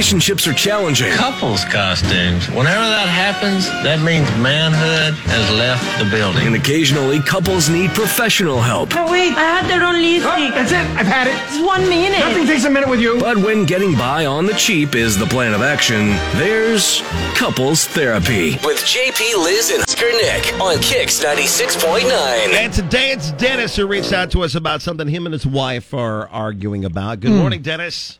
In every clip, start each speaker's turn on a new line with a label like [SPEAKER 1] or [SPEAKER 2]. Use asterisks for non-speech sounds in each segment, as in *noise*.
[SPEAKER 1] relationships are challenging.
[SPEAKER 2] Couples costumes. Whenever that happens, that means manhood has left the building.
[SPEAKER 1] And occasionally, couples need professional help.
[SPEAKER 3] Oh, wait, I had that on lipstick.
[SPEAKER 4] That's it. I've had it.
[SPEAKER 3] It's one minute.
[SPEAKER 4] Nothing takes a minute with you.
[SPEAKER 1] But when getting by on the cheap is the plan of action, there's couples therapy.
[SPEAKER 5] With JP, Liz, and Husker Nick on Kicks 96.9.
[SPEAKER 6] And today it's Dennis who reached out to us about something him and his wife are arguing about.
[SPEAKER 7] Hmm.
[SPEAKER 6] Good morning, Dennis.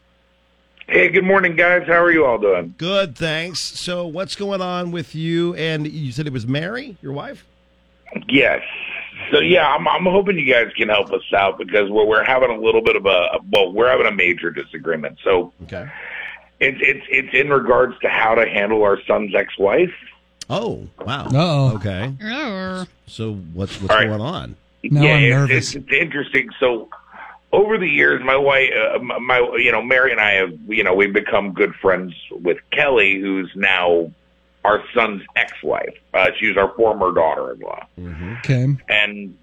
[SPEAKER 8] Hey, good morning, guys. How are you all doing?
[SPEAKER 6] Good, thanks. So, what's going on with you? And you said it was Mary, your wife?
[SPEAKER 8] Yes. So yeah, I'm I'm hoping you guys can help us out because we're we're having a little bit of a well, we're having a major disagreement. So
[SPEAKER 6] Okay.
[SPEAKER 8] it's it's it's in regards to how to handle our son's ex-wife.
[SPEAKER 6] Oh, wow.
[SPEAKER 7] Uh-oh.
[SPEAKER 6] Okay.
[SPEAKER 9] Oh,
[SPEAKER 6] So, what's what's
[SPEAKER 8] All right.
[SPEAKER 6] going on?
[SPEAKER 7] Now I'm
[SPEAKER 8] it's-
[SPEAKER 7] nervous.
[SPEAKER 8] It's, it's interesting. So over the years, my wife, uh, my- my you know Mary and I have you know we've become good friends with Kelly, who's now our son's ex-wife. Uh, she was our former daughter-in-law.
[SPEAKER 7] Okay.
[SPEAKER 8] and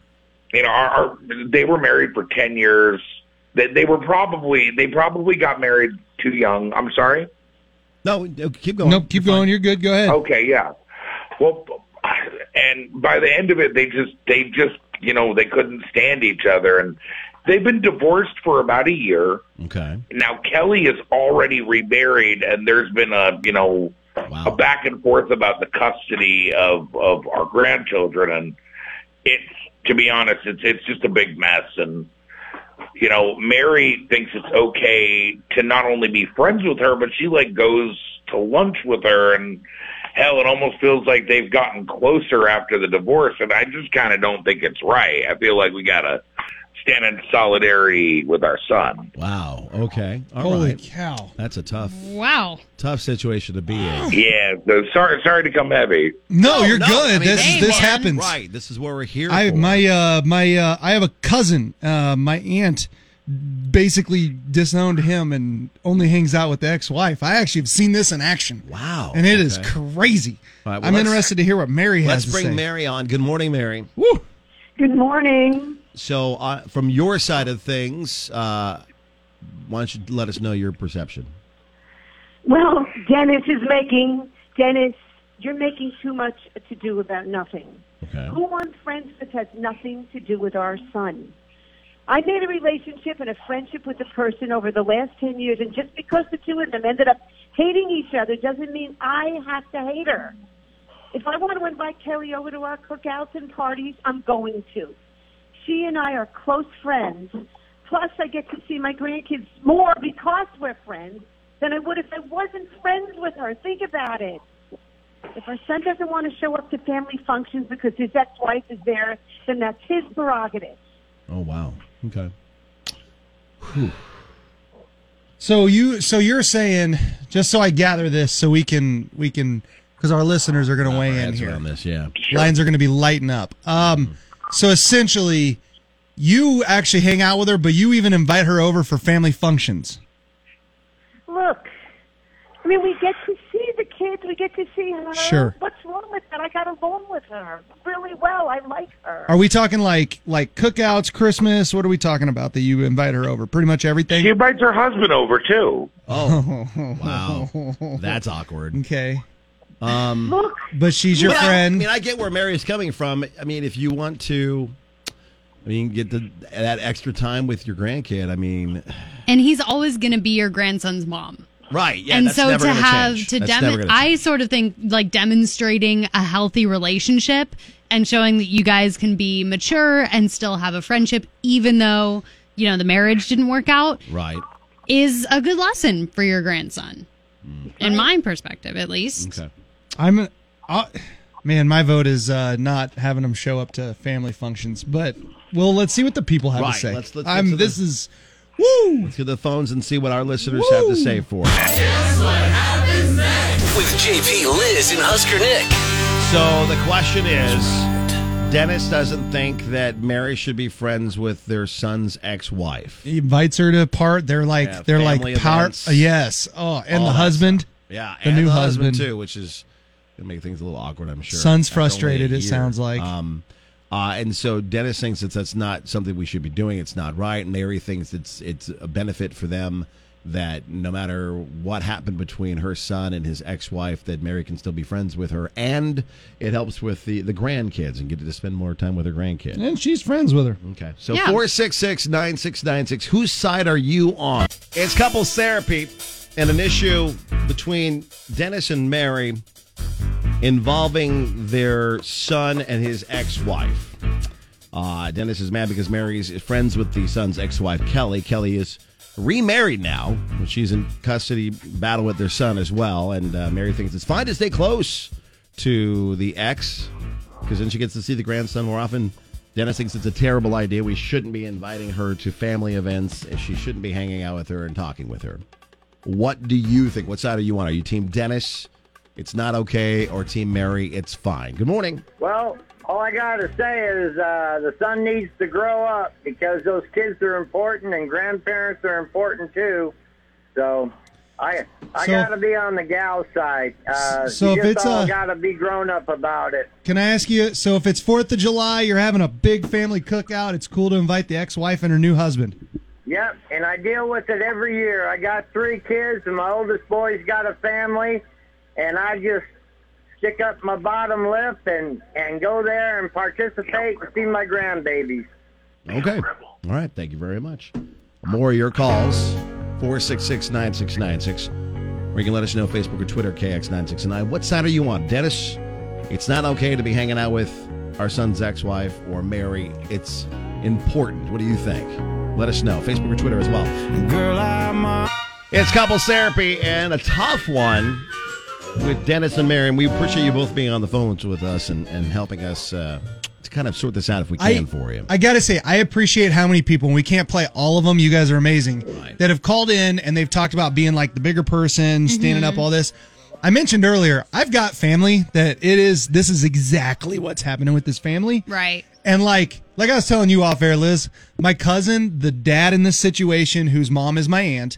[SPEAKER 8] you know, our, our they were married for ten years. They, they were probably they probably got married too young. I'm sorry.
[SPEAKER 6] No, no, keep going.
[SPEAKER 7] Nope, keep
[SPEAKER 6] You're
[SPEAKER 7] going. You're good. Go ahead.
[SPEAKER 8] Okay, yeah. Well, and by the end of it, they just they just you know they couldn't stand each other, and they've been divorced for about a year
[SPEAKER 6] fine. Okay.
[SPEAKER 8] now. Kelly is already remarried, and there's been a you know
[SPEAKER 6] Wow.
[SPEAKER 8] a back and forth about the custody of of our grandchildren and it's to be honest it's it's just a big mess and you know mary thinks it's okay to not only be friends with her but she like goes to lunch with her and hell it almost feels like they've gotten closer after the divorce and i just kind of don't think it's right i feel like we gotta stand in solidarity with our son
[SPEAKER 6] Wow. Okay. All right.
[SPEAKER 7] Holy cow.
[SPEAKER 6] That's a tough,
[SPEAKER 9] wow.
[SPEAKER 6] tough situation to be in.
[SPEAKER 8] yeah so sorry sorry to come heavy
[SPEAKER 7] No,
[SPEAKER 6] No,
[SPEAKER 7] you're
[SPEAKER 6] no,
[SPEAKER 7] good.
[SPEAKER 6] I mean,
[SPEAKER 7] this
[SPEAKER 9] hey,
[SPEAKER 7] this
[SPEAKER 9] man.
[SPEAKER 7] happens.
[SPEAKER 6] Right. This is what we're here
[SPEAKER 7] I
[SPEAKER 6] for.
[SPEAKER 7] my uh my uh I have a cousin. Uh my aunt basically disowned him and only hangs out with the ex-wife. I actually have seen this in action.
[SPEAKER 6] Wow.
[SPEAKER 7] And it is
[SPEAKER 6] Okay.
[SPEAKER 7] crazy.
[SPEAKER 6] All right, well,
[SPEAKER 7] I'm
[SPEAKER 6] let's-
[SPEAKER 7] interested to hear what Mary has
[SPEAKER 6] Let's
[SPEAKER 7] to
[SPEAKER 6] bring
[SPEAKER 7] say.
[SPEAKER 6] Mary on. Good morning, Mary.
[SPEAKER 7] Woo.
[SPEAKER 3] Good morning.
[SPEAKER 6] So, uh, from your side of things, uh, why don't you let us know your perception?
[SPEAKER 3] Well, Dennis is making, Dennis, you're making too much to do about nothing.
[SPEAKER 6] Okay.
[SPEAKER 3] Who wants friends that has nothing to do with our son? I made a relationship and a friendship with a person over the last 10 years, and just because the two of them ended up hating each other doesn't mean I have to hate her. If I want to invite Kelly over to our cookouts and parties, I'm going to. She and I are close friends. Plus, I get to see my grandkids more because we're friends than I would if I wasn't friends with her. Think about it. If our son doesn't want to show up to family functions because his ex-wife is there, then that's his prerogative.
[SPEAKER 6] Oh, wow. Okay.
[SPEAKER 7] So you so you're saying just so I gather this so we can we can cuz our listeners are going to weigh in
[SPEAKER 6] That's
[SPEAKER 7] here.
[SPEAKER 6] around this, *laughs* yeah.
[SPEAKER 7] lines are going to be lighting up. Um, so essentially, you actually hang out with her, but you even invite her over for family functions.
[SPEAKER 3] Look, I mean, we get to see the kids. We get to see her.
[SPEAKER 7] Sure.
[SPEAKER 3] What's wrong with that? I got along with her really well. I like her.
[SPEAKER 7] Are we talking like like cookouts, Christmas? What are we talking about that you invite her over? Pretty much everything.
[SPEAKER 8] she invites her husband over too
[SPEAKER 6] Oh, wow. That's awkward.
[SPEAKER 7] Okay,
[SPEAKER 6] Um,
[SPEAKER 3] Look,
[SPEAKER 7] but she's your
[SPEAKER 6] But I-
[SPEAKER 7] friend.
[SPEAKER 6] I, mean, I get where Mary is coming from. I mean, if you want to, I mean, get the, that extra time with your grandkid. I mean,
[SPEAKER 9] And he's always going to be your grandson's mom.
[SPEAKER 6] right? Yeah.
[SPEAKER 9] and
[SPEAKER 6] that's
[SPEAKER 9] so
[SPEAKER 6] never
[SPEAKER 9] to
[SPEAKER 6] gonna
[SPEAKER 9] have
[SPEAKER 6] change.
[SPEAKER 9] to
[SPEAKER 6] That's never
[SPEAKER 9] dem-
[SPEAKER 6] gonna
[SPEAKER 9] I sort of think like demonstrating a healthy relationship and showing that you guys can be mature and still have a friendship, even though you know the marriage didn't work out,
[SPEAKER 6] change. right.
[SPEAKER 9] is a good lesson for your grandson, in my perspective, at least.
[SPEAKER 6] Mm. Okay.
[SPEAKER 7] I'm, uh, man, my vote is uh, not having them show up to family functions. But well, let's see what the people have
[SPEAKER 6] Right,
[SPEAKER 7] to say.
[SPEAKER 6] let's- let's get
[SPEAKER 7] I'm.
[SPEAKER 6] to the-
[SPEAKER 7] this is woo.
[SPEAKER 6] Let's get the phones and see what our listeners have to say for. us.
[SPEAKER 5] With JP, Liz, and Husker Nick.
[SPEAKER 6] So the question is, Dennis doesn't think that Mary should be friends with their son's ex-wife.
[SPEAKER 7] He invites her to part. They're like
[SPEAKER 6] Yeah,
[SPEAKER 7] they're like
[SPEAKER 6] family
[SPEAKER 7] power.
[SPEAKER 6] events.
[SPEAKER 7] Yes. Oh, and
[SPEAKER 6] All
[SPEAKER 7] the
[SPEAKER 6] that
[SPEAKER 7] husband.
[SPEAKER 6] Yeah,
[SPEAKER 7] The
[SPEAKER 6] and
[SPEAKER 7] new
[SPEAKER 6] the
[SPEAKER 7] husband.
[SPEAKER 6] husband, too, which is gonna make things a little awkward. I'm sure.
[SPEAKER 7] Son's
[SPEAKER 6] After
[SPEAKER 7] frustrated,
[SPEAKER 6] only a
[SPEAKER 7] it
[SPEAKER 6] year.
[SPEAKER 7] sounds like.
[SPEAKER 6] Um, uh, and so Dennis thinks that that's not something we should be doing. It's not right. Mary thinks it's it's a benefit for them that no matter what happened between her son and his ex-wife, that Mary can still be friends with her, and it helps with the the grandkids and get to spend more time with her grandkids.
[SPEAKER 7] And she's friends with her.
[SPEAKER 6] Okay, so
[SPEAKER 9] Yeah.
[SPEAKER 6] four six six nine six nine six. Whose side are you on? It's couples therapy, and an issue between Dennis and Mary involving their son and his ex-wife. Uh, Dennis is mad because Mary's friends with the son's ex-wife Kelly. Kelly is remarried now. She's in custody battle with their son as well, and uh, Mary thinks it's fine to stay close to the ex because then she gets to see the grandson more often. Dennis thinks it's a terrible idea. We shouldn't be inviting her to family events. and She shouldn't be hanging out with her and talking with her. What do you think? What side are you on? Are you team Dennis? It's not okay, or team Mary? It's fine. Good morning.
[SPEAKER 4] Well, all I got to say is uh, the son needs to grow up because those kids are important and grandparents are important too. So I I
[SPEAKER 7] So-
[SPEAKER 4] got to be on the gal side. Uh,
[SPEAKER 7] So
[SPEAKER 4] you
[SPEAKER 7] if
[SPEAKER 4] just
[SPEAKER 7] it's,
[SPEAKER 4] all
[SPEAKER 7] uh,
[SPEAKER 4] got to be grown up about it.
[SPEAKER 7] Can I ask you? So, if it's Fourth of July, you're having a big family cookout. It's cool to invite the ex-wife and her new husband.
[SPEAKER 4] Yep, and I deal with it every year. I got three kids, and my oldest boy's got a family, and I just stick up my bottom lip and and go there and participate and see my grandbabies.
[SPEAKER 6] Okay. All right. Thank you very much. More of your calls 466 9696. Or you can let us know Facebook or Twitter, KX969. What side are you on? Dennis, it's not okay to be hanging out with our son's ex wife or Mary. It's important. What do you think? Let us know. Facebook or Twitter as well. It's couples therapy and a tough one with Dennis and Mary. And we appreciate you both being on the phones with us and, and helping us uh, to kind of sort this out if we can for you.
[SPEAKER 7] I gotta say, I appreciate how many people, and we can't play all of them. You guys are amazing.
[SPEAKER 6] Right.
[SPEAKER 7] That have called in and they've talked about being like the bigger person, standing up, all this. I mentioned earlier, I've got family that it is. This is exactly what's happening with this family.
[SPEAKER 9] Right.
[SPEAKER 7] And like, like I was telling you off air, Liz, my cousin, the dad in this situation, whose mom is my aunt,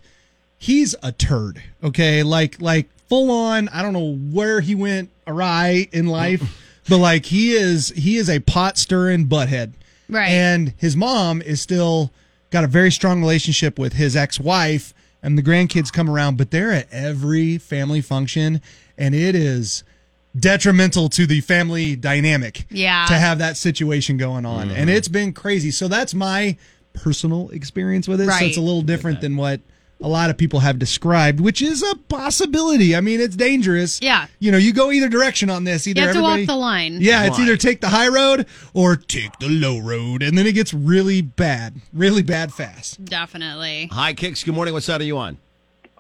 [SPEAKER 7] he's a turd. Okay, like, like full on. I don't know where he went awry in life,
[SPEAKER 9] *laughs*
[SPEAKER 7] but like he is, he is a pot stirring butthead.
[SPEAKER 9] Right.
[SPEAKER 7] And his mom is still got a very strong relationship with his ex wife, and the grandkids come around, but they're at every family function, and it is detrimental to the family dynamic
[SPEAKER 9] Yeah.
[SPEAKER 7] to have that situation going on and it's been crazy so that's my personal experience with it so it's
[SPEAKER 9] Right.
[SPEAKER 7] a little different than what a lot of people have described which is a possibility i mean it's dangerous
[SPEAKER 9] Yeah.
[SPEAKER 7] you know you go either direction on this either
[SPEAKER 9] You have to walk
[SPEAKER 7] everybody-
[SPEAKER 9] the line.
[SPEAKER 7] yeah it's either take the high road or take the low road and then it gets really bad really bad fast
[SPEAKER 9] Definitely.
[SPEAKER 6] Hi, Kicks. Good morning. What side are you on?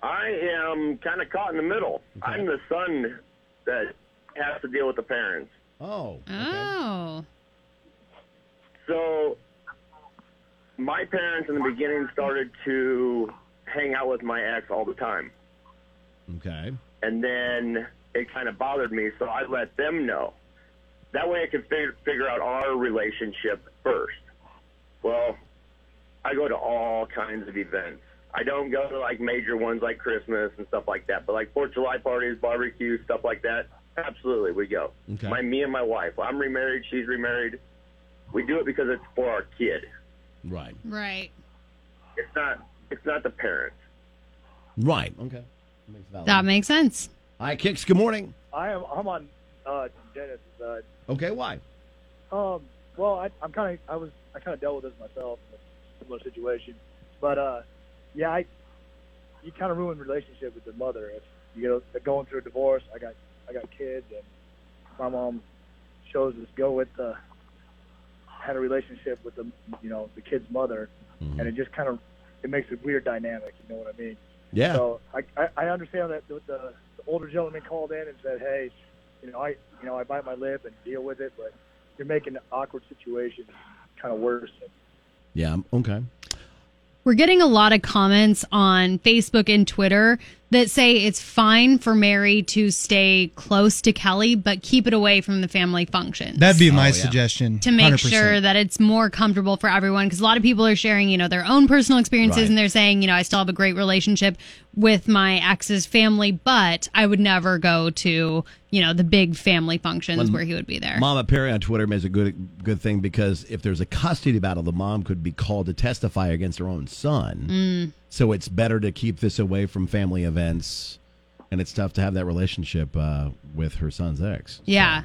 [SPEAKER 4] I am kind of caught in the middle. I'm the son that has to deal with the parents.
[SPEAKER 6] Oh.
[SPEAKER 9] Oh.
[SPEAKER 4] So my parents in the beginning started to hang out with my ex all the time.
[SPEAKER 6] Okay.
[SPEAKER 4] And then it kind of bothered me, so I let them know. That way I could figure, figure out our relationship first. Well, I go to all kinds of events. I don't go to like major ones like Christmas and stuff like that, but like Fourth of July parties, barbecue, stuff like that. Absolutely, we go.
[SPEAKER 6] Okay.
[SPEAKER 4] My me and my wife. I'm remarried. She's remarried. We do it because it's for our kid.
[SPEAKER 6] Right.
[SPEAKER 9] Right.
[SPEAKER 4] It's not. It's not the parents.
[SPEAKER 6] Right. Okay. Makes valid.
[SPEAKER 9] That makes sense.
[SPEAKER 6] Hi, Kicks. Good morning.
[SPEAKER 10] I am. I'm on uh, Dennis. Uh,
[SPEAKER 6] Okay. Why?
[SPEAKER 10] um. Well, I, I'm kind of. I was. I kind of dealt with this myself in a similar situation, but uh, yeah, I. You kind of ruin relationship with the mother if you know they're going through a divorce. I got. I got kids, and my mom chose to go with the. Had a relationship with the, you know, the kid's mother, and it just kind of, it makes a weird dynamic. You know what I mean?
[SPEAKER 6] Yeah.
[SPEAKER 10] So I, I, I understand that the, the, the older gentleman called in and said, "Hey, you know, I you know I bite my lip and deal with it, but you're making an awkward situation kind of worse."
[SPEAKER 6] yeah. Okay.
[SPEAKER 9] We're getting a lot of comments on Facebook and Twitter that say it's fine for Mary to stay close to Kelly, but keep it away from the family functions.
[SPEAKER 7] that'd be my
[SPEAKER 6] yeah.
[SPEAKER 7] suggestion
[SPEAKER 9] to make
[SPEAKER 7] 100%.
[SPEAKER 9] sure that it's more comfortable for everyone because a lot of people are sharing you know their own personal experiences
[SPEAKER 6] Right.
[SPEAKER 9] and they're saying you know i still have a great relationship with my ex's family but i would never go to you know the big family functions where he would be there
[SPEAKER 6] Mama Perry on Twitter makes a good good thing because if there's a custody battle, the mom could be called to testify against her own son, So it's better to keep this away from family events, and it's tough to have that relationship uh, with her son's ex.
[SPEAKER 9] Yeah.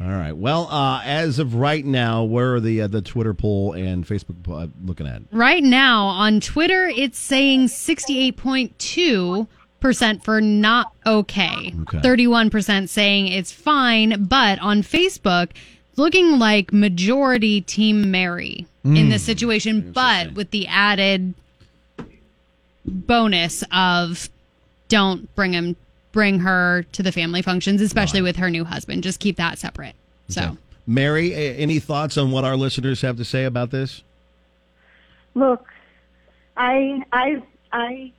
[SPEAKER 6] All right. Well, uh, as of right now, where are the uh, the Twitter poll and Facebook poll uh, looking at?
[SPEAKER 9] Right now on Twitter, it's saying 68.2% for not okay.
[SPEAKER 6] Okay.
[SPEAKER 9] 31% saying it's fine. But on Facebook, it's looking like majority Team Mary in
[SPEAKER 11] Mm.
[SPEAKER 6] Hmm.
[SPEAKER 9] this situation, but with the added bonus of don't bring him bring her to the family functions especially with her new husband just keep that separate so
[SPEAKER 6] Okay. Mary, a- any thoughts on what our listeners have to say about this?
[SPEAKER 3] Look, I, I, I,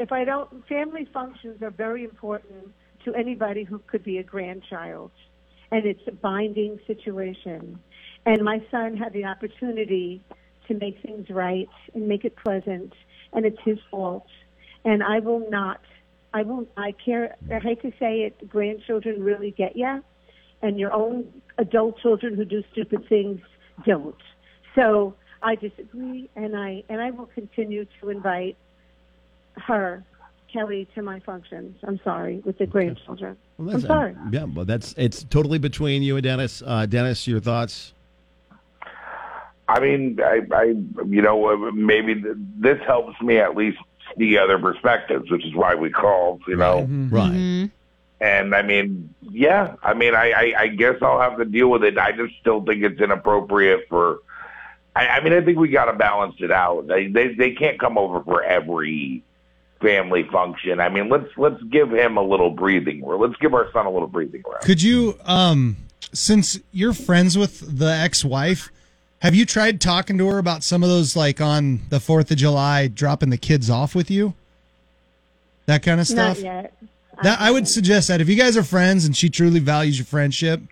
[SPEAKER 3] if I don't, family functions are very important to anybody who could be a grandchild, and it's a binding situation. And my son had the opportunity to make things right and make it pleasant, and it's his fault. And I will not, I will, I care. I hate to say it, grandchildren really get you, and your own adult children who do stupid things don't. So I disagree, and I and I will continue to invite her, Kelly, to my functions. I'm sorry with the grandchildren. I'm
[SPEAKER 6] that's-
[SPEAKER 3] sorry.
[SPEAKER 6] Yeah, well, that's it's totally between you and Dennis. Uh, Dennis, your thoughts?
[SPEAKER 8] I mean, I, I you know, uh, maybe th- this helps me at least see other perspectives, which is why we called, you know.
[SPEAKER 7] Mm-hmm.
[SPEAKER 6] Right. Mm-hmm.
[SPEAKER 8] And I mean, yeah, I mean, I, I, I guess I'll have to deal with it. I just still think it's inappropriate for. I, I mean, I think we got to balance it out. They, they they can't come over for every family function. I mean, let's let's give him a little breathing room. Let's give our son a little breathing room.
[SPEAKER 7] Could you, um, since you're friends with the ex-wife, have you tried talking to her about some of those, like on the Fourth of July, dropping the kids off with you, that kind of stuff?
[SPEAKER 3] Not yet.
[SPEAKER 7] That I would suggest that if you guys are friends and she truly values your friendship,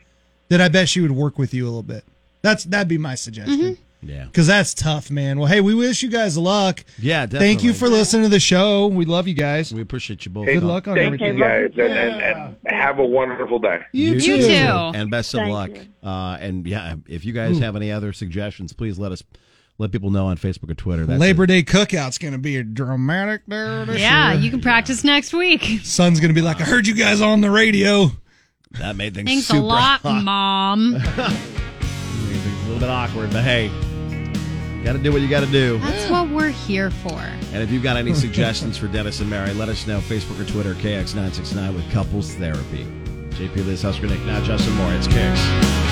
[SPEAKER 7] then I bet she would work with you a little bit. That's that'd be my suggestion.
[SPEAKER 3] Mm-hmm.
[SPEAKER 6] Yeah.
[SPEAKER 7] Because that's tough, man. Well, hey, we wish you guys luck.
[SPEAKER 6] Yeah,
[SPEAKER 7] Thank you
[SPEAKER 6] definitely.
[SPEAKER 7] for listening to the show. We love you guys. We
[SPEAKER 6] appreciate you both.
[SPEAKER 7] Good luck on
[SPEAKER 8] Thank
[SPEAKER 7] everything.
[SPEAKER 8] you guys, and, and, and have a wonderful day.
[SPEAKER 6] And best of
[SPEAKER 8] Thank
[SPEAKER 6] luck. Uh, and yeah, if you guys
[SPEAKER 7] Ooh.
[SPEAKER 6] have any other suggestions, please let us let people know on Facebook or Twitter. That's
[SPEAKER 7] Labor Day cookout's going to be a dramatic there. this
[SPEAKER 9] yeah
[SPEAKER 7] year.
[SPEAKER 9] you can practice next week
[SPEAKER 7] Son's going to be like, I heard you guys on the radio.
[SPEAKER 6] That made things
[SPEAKER 9] thanks a
[SPEAKER 6] super *laughs*
[SPEAKER 9] lot
[SPEAKER 6] hot.
[SPEAKER 9] mom
[SPEAKER 6] Things are a little bit awkward, but hey, got to do what you got to do.
[SPEAKER 9] that's what we're here for
[SPEAKER 6] And if you've got any suggestions for Dennis and Mary, let us know. Facebook or Twitter, KX969 with Couples Therapy. JP Liz Husker Nick, not Justin Moore. It's KX.